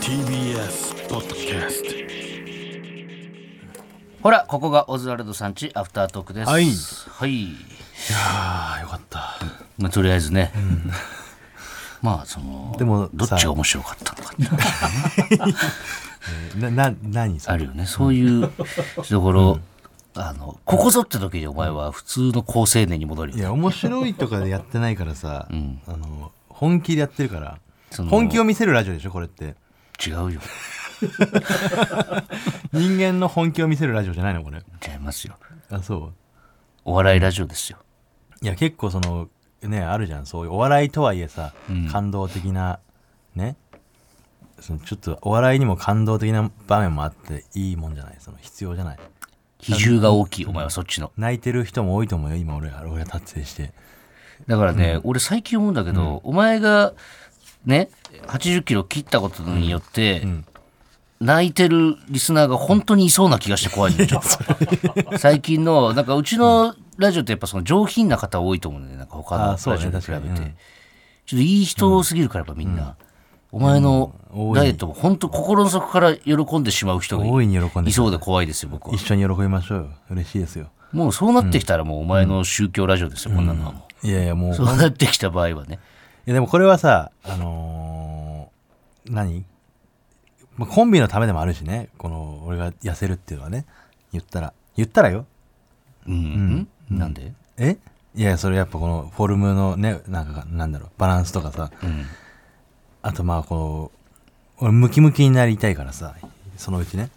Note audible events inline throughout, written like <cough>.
TBS ポッドキャストほらここがオズワルドさんちアフタートークですはいはいああよかったまあ、とりあえずね、まあそのでもどっちさが面白かったのかってなな何そあれるよねそういうところ、あのここぞって時にお前は普通の好青年に戻るよいや面白いとかでやってないから <laughs> さ、あの本気でやってるからその本気を見せるラジオでしょこれって違うよ人間の本気を見せるラジオじゃないのこれ違いますよあそうお笑いラジオですよいや結構そのねあるじゃんそういうお笑いとはいえさ、感動的なねそのちょっとお笑いにも感動的な場面もあっていいもんじゃないその必要じゃない比重が大きいお前はそっちの泣いてる人も多いと思うよ今俺は俺は達成してだからね、俺最近思うんだけど、お前がね80キロ切ったことによって、泣いてるリスナーが本当にいそうな気がして怖いのよちょっと最近のなんかうちのラジオってやっぱその上品な方多いと思うんだよねなんか他のあラジそうオねに比べて、確かにうんちょっといい人すぎるからやっぱみんな、お前のうんダイエットも本当心の底から喜んでしまう人が大いに喜んでくれるいそうで怖いですよ僕は一緒に喜びましょうよ嬉しいですよもうそうなってきたらもうお前の宗教ラジオですよ、こんなのはもう。いやいやもうそうなってきた場合はね。いやでもこれはさあのー何、まあ、コンビのためでもあるしねこの俺が痩せるっていうのはね言ったら言ったらようん。なんでえいやいやそれやっぱこのフォルムのねなんかなんだろうバランスとかさうん。あとまあこう俺ムキムキになりたいからさそのうちね、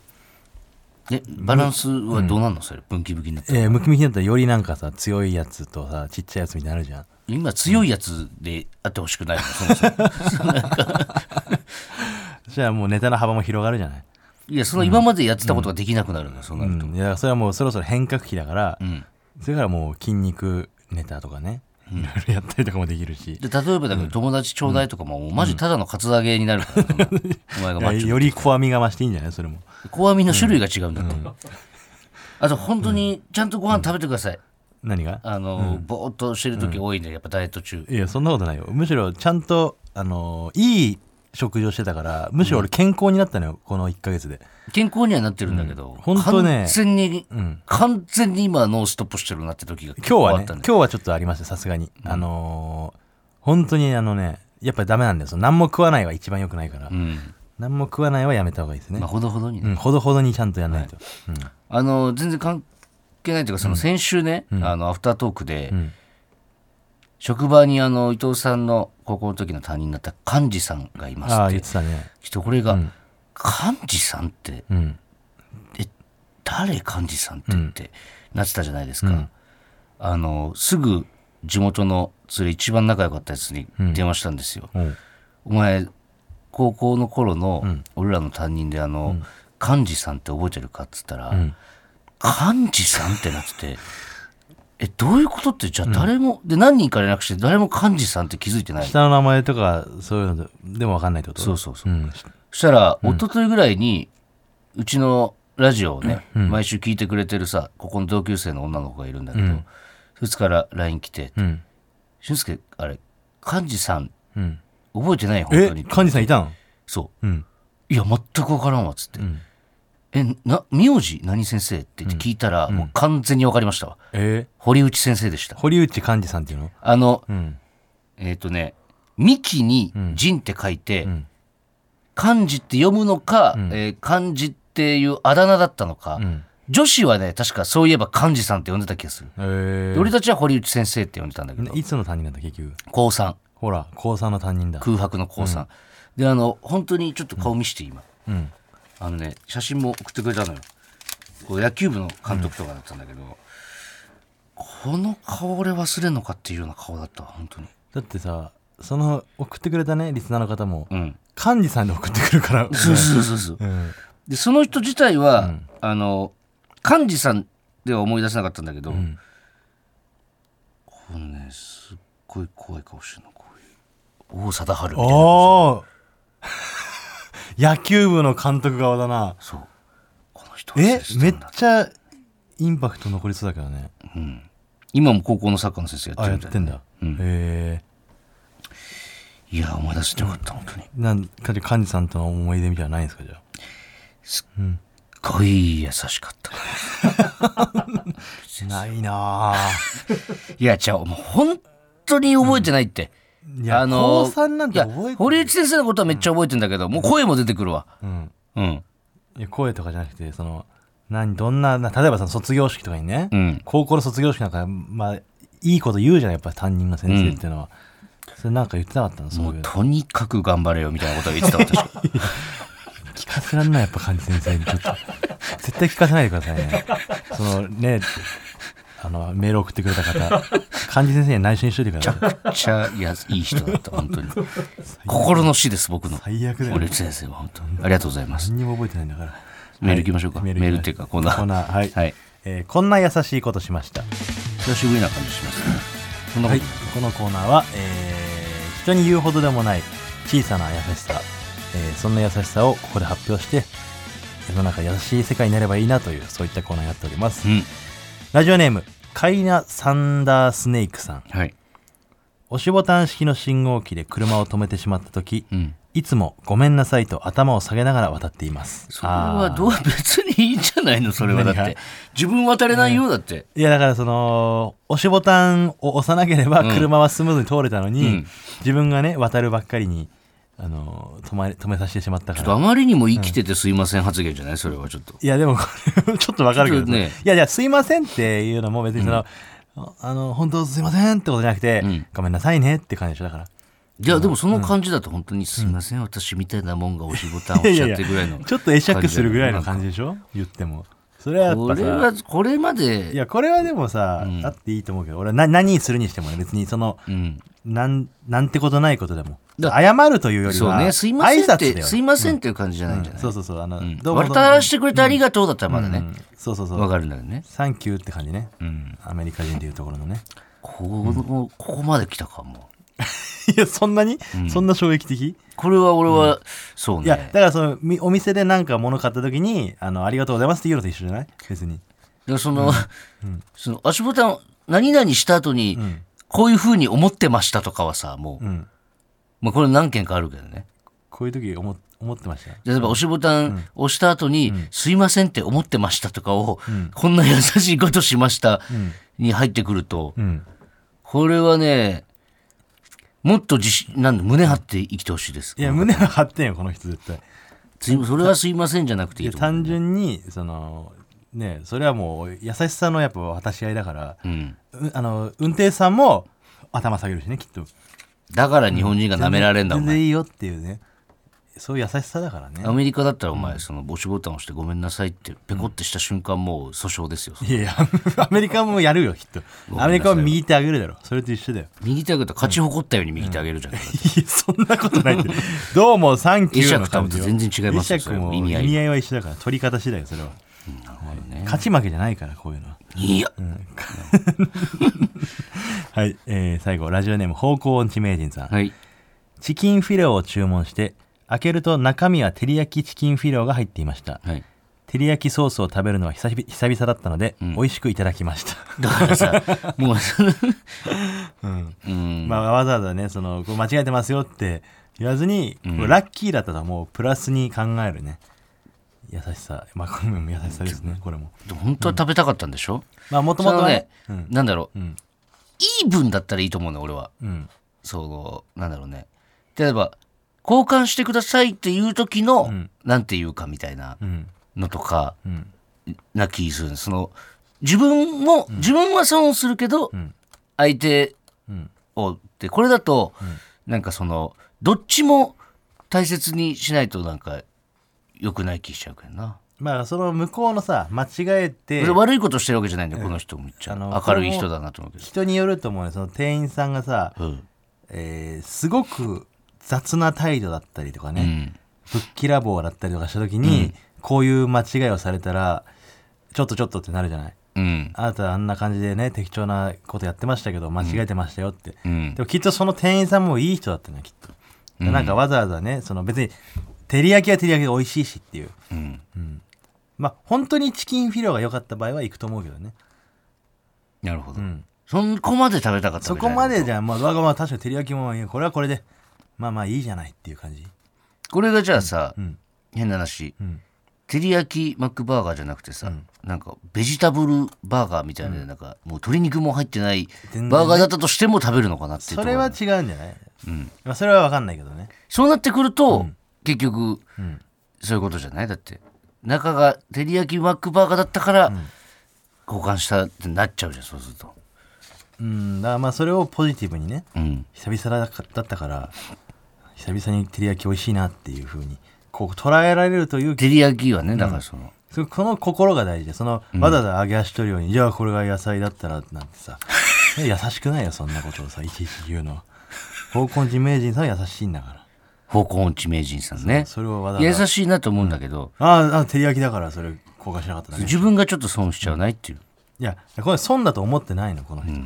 で、バランスはどうなんのそれ、分岐分岐になって。えームキムキになったらよりなんかさ強いやつとさちっちゃいやつみたいになるじゃん今、強いやつであってほしくないのそも <laughs> そもそしたらもうネタの幅も広がるじゃない、いや、その今までやってたことができなくなるのよ、そうなうると。ん、いやそれはもうそろそろ変革期だから、うん。それからもう筋肉ネタとかねいろいろやったりとかもできるし、で、例えばだけど、友達ちょうだいとかも、もうマジただのカツアゲになるから、そんなお前がいマやッチョよりこわみが増していいんじゃないそれも小網の種類が違うんだって。あと、本当に、ちゃんとご飯食べてください。何があの、ぼーっとしてる時多いんで、やっぱダイエット中。いやそんなことないよむしろちゃんとあのーいい食事をしてたからむしろ俺健康になったのよ、この1ヶ月で健康にはなってるんだけど、ほんとね完全に、ん完全に今ノーストップしてるなって時が結今日構はあねったん今だよ日はちょっとありましたさすがに、あのー本当にあのねやっぱダメなんですよ何も食わないは一番良くないから、何も食わないはやめた方がいいですうね、んまあ、ほどほどにね、うん、ほどほどにちゃんとやらないと、あの全然関係ないというかその先週ね、あのアフタートークで、ん職場にあの伊藤さんの高校の時の担任だった幹事さんがいますああっ言っててたね人これが、幹事さんってうん誰幹事さんってって、なってたじゃないですか、あのすぐ地元の連れ一番仲良かったやつに電話したんですよ、うんお前高校の頃の俺らの担任であの、幹事さんって覚えてるかっつったら、幹事さんってなって <laughs> てえどういうことってじゃあ誰も、で何人か連絡して誰も幹事さんって気づいてない下の名前とかそういうのででも分かんないってことそうそうそうう、んそしたら一昨日ぐらいにうちのラジオをね、毎週聞いてくれてるさここの同級生の女の子がいるんだけど、そいつから LINE 来てうん「俊介あれ幹事さんうん覚えてない本え当に」幹事さんいたのそううんいや、全くわからんわ、つって。え、な、名字何先生って言って聞いたら、もう完全にわかりましたわ。え堀内先生でしたー、。堀内幹事さんっていうのあの、うんえっ、とね、ミキに仁って書いて、漢字って読むのか、えー漢字っていうあだ名だったのか、ん女子はね、確かそういえば漢字さんって呼んでた気がする。えでー俺たちは堀内先生って呼んでたんだけど、いつの担任なんだ結局高3、ほら高3の担任だ空白の高3。で、あの、本当にちょっと顔見して今。うんあのね、写真も送ってくれたのよ。こう野球部の監督とかだったんだけど、この顔俺忘れんのかっていうような顔だったわ、本当に。だってさその送ってくれたねリスナーの方も、うん。幹事さんで送ってくるからそうそうそうそう。うんで、その人自体は、あの、幹事さんでは思い出せなかったんだけど、んこのね、すっごい怖い顔してるの、こういう。王貞治みたいな。おお <laughs> 野球部の監督側だなそう。この人忘れえてたんだめっちゃインパクト残りそうだけどね今も高校のサッカーの先生やっあてやっるみたいてな。んだ、うんへえいや思い出してよかった本当になんかで幹事さんとの思い出みたいなのないんですかじゃあすっごい優しかったないなあ <laughs> いやじゃあもう本当に覚えてないって、いや、あの高三なんいてや覚えてない堀内先生のことはめっちゃ覚えてんだけど、もう声も出てくるわうん、うんいや声とかじゃなくてその何どんなな例えばその卒業式とかにね、うん高校の卒業式なんかまあいいこと言うじゃんやっぱ担任の先生っていうのは、それなんか言ってなかったのそうもういうのとにかく頑張れよみたいなことは言ってた <laughs> 私聞かせらんないやっぱ幹事先生にちょっ <laughs> と絶対聞かせないでくださいねそのねあのメール送ってくれた方 <laughs> 幹事先生には内緒にしといてくださいめっちゃいやいい人だった本 <laughs> 当に心の死です僕の最悪だよ堀内先生は本当にありがとうございます何にも覚えてないんだからメール行きましょうかはいメールっていうかコーナーコーナーはい、はいえーこんな優しいことしました久しぶりな感じしますねそんなこはとい、このコーナーは、えー人に言うほどでもない小さな優しさ、えーそんな優しさをここで発表して世の中優しい世界になればいいなというそういったコーナーになっております、うんラジオネームカイナ・サンダースネークさんはい押しボタン式の信号機で車を止めてしまった時うんいつも「ごめんなさい」と頭を下げながら渡っていますそれはどうあー別にいいんじゃないのそれはだっ何て自分渡れないようだって、いやだからその押しボタンを押さなければうん車はスムーズに通れたのに、うん自分がね渡るばっかりにあの止ま止めさせてしまったちかょっとらあまりにも生きててすいません発言じゃないそれはちょっと。いやでもこれ <laughs> ちょっとわかるけどねちょっとねいやいやすいませんっていうのも別にその、あの本当すいませんってことじゃなくて、うんごめんなさいねって感じでしょだからいや、でもその感じだと本当にすいません、私みたいなもんが押しボタンを押いしちや <laughs> いゃっやてぐらいの。ちょっと会釈するぐらいの感じでしょ言ってもそれはやっこぱれさは、これまいで、やこれはでもさ、うんあっていいと思うけど俺はな何するにしてもね別にそのうん。なんなんてことないことでもだ謝るというよりそうはね、すいません挨っ拶だよて、ねすいませんっていう感じじゃないんじゃうんないそうそうそうあの、うんどうもどうも渡らせてくれてありがとうだったらまだうねん、そうそうそわうかるんだけどね。サンキューって感じねうん。アメリカ人でいうところの <laughs> ねこの、ここまで来たかも。いやそんなに、うんそんな衝撃的これは俺は、そういやだね。からそのみお店でなんか物買った時にあの「ありがとうございます」って言うのと一緒じゃない別にでその、その、足ボタンを何々した後にう、んこういうふうに思ってましたとかはさ、もうう、んまあこれ何件かあるけどね。こういう時思思ってました例えば押しボタン押した後に、すいませんって思ってましたとかを、こんな優しいことしましたに入ってくると、うんこれはね、もっと自信、なんだ胸張って生きてほしいです。いや胸は張ってんよこの人絶対すいそれはすいませんじゃなくていいやいと思単う。純にそのねそれはもう優しさのやっぱ渡し合いだから、うん。うあの運転手さんも頭下げるしねきっとだから日本人が舐められんだ、お全然前。いいよっていうねそういう優しさだからねアメリカだったらお前、その、押しボタン押してごめんなさいって、ペコってした瞬間、もう訴訟ですよ。いやいやアメリカもやるよきっとアメリカは右手上げるだろそれと一緒だよ右手上げたら勝ち誇ったように右手上げるじゃん。いやそんなことないってどうもサンキューの感じ会釈とは全然違いますよ会釈それもは意意味味合合いいは一緒だから取り方次第よそれは、なるほどね。勝ち負けじゃないからこういうのはいや、はい、えー最後ラジオネーム方向音痴名人さん、はい。チキンフィレオを注文して開けると中身は照り焼きチキンフィレオが入っていましたはい。照り焼きソースを食べるのは久々久々だったので、ん美味しくいただきました、だからさ、もう、う <laughs> んう <laughs> ん。まあ、わざわざねそのこう間違えてますよって言わずに、うんこうラッキーだったらもうプラスに考えるね優しさまあこれも優しさですねこれも本当は食べたかったんでしょ、まあもともそとのねね、うんなんだろう、うんイーブンだったらいいと思うね、俺は。うんその、なんだろうね。例えば、交換してくださいっていう時の、うんなんていうかみたいなうんのとか、うんな気するその、自分も、自分は損するけど、ん相手うんをって、これだと、なんかその、どっちも大切にしないとなんか、良くない気しちゃうけどな。まあその向こうのさ間違えて俺悪いことしてるわけじゃないんだよ、この人もめっちあゃの明るい人だなと思うけど。人によると思うねその店員さんがさ、うん。えーすごく雑な態度だったりとかうね、ん。ぶっきらぼうだったりとかした時に、こういう間違いをされたらちょっとちょっとってなるじゃないうん。あなたあんな感じでね適当なことやってましたけど間違えてましたよって、うんで。もきっとその店員さんもいい人だったねきっと、なんかわざわざねその別に照り焼きは照り焼きで美味しいしっていううん。まあ本当にチキンフィレオが良かった場合は行くと思うけどね、なるほどう。ん、そこまで食べたかったそわけじこゃなまいでじゃまあわがまま確かに照り焼きもいやこれはこれでまあまあいいじゃないっていう感じこれがじゃあさ、うん変な話、うん照り焼きマックバーガーじゃなくてさ、なんかベジタブルバーガーみたいな,、なんかもう鶏肉も入ってない然ねバーガーだったとしても食べるのかなっていうとそころれは違うんじゃない、まあ、それは分かんないけどねそうなってくると、結局、そういうことじゃないだって中が照り焼きマックバーガーだったから、交換したってなっちゃうじゃんそうすると、うんだからまあそれをポジティブにねうん、久々だかだったから久々に照り焼き美味しいなっていうふうにこう捉えられるという照り焼きはねだからその、そこの心が大事でそのわざわざ揚げ足取るように、じゃあこれが野菜だったらなんてさ <laughs> ね優しくないよそんなことをさいちいち言うのは方向地名人さんは優しいんだから方向音痴名人さんねそれをわざ優わざしいなと思うんだけど、ああ照り焼きだからそれ交換しなかっただけい自分がちょっと損しちゃわないっていう、やこれ損だと思ってないのこの人、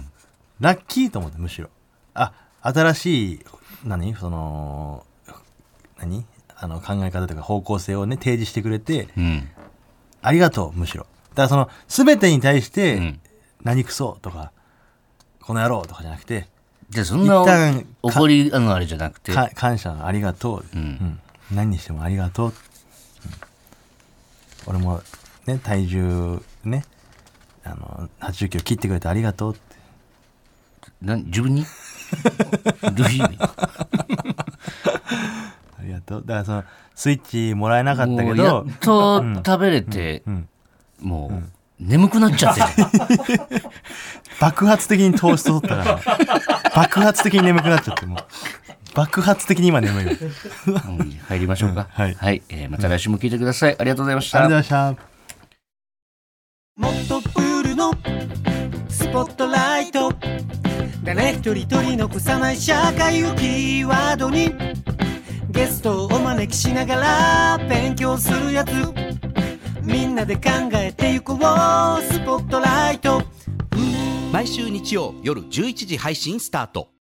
ラッキーと思ってむしろあ新しい何その何あの考え方というか方向性をね提示してくれて、うん、ありがとう、むしろ。だからその、すべてに対して、何クソとか、この野郎とかじゃなくて、じゃあそんな一旦怒りあのあれじゃなくてか感謝のありがとう、うん何にしてもありがとう。うん俺も、ね、体重、ね、あの、80キロ切ってくれてありがとうって。な自分 <laughs> にどういう意味ありがとう。だからその、スイッチもらえなかったけもうやど、っと食べれて、んもう、眠くなっちゃって <laughs> る爆発的に糖質取ったから、爆発的に眠くなっちゃって、もう、爆発的に今眠いよ。ありがとううん入りましょうか、はいえーまた来週も聞いてくださいありがとうございましたございました。もっとプールのスポットライト誰一人取り残さない社会をキーワードにゲストをお招きしながら勉強するやつみんなで考えてゆこうスポットライト毎週日曜夜11時配信スタート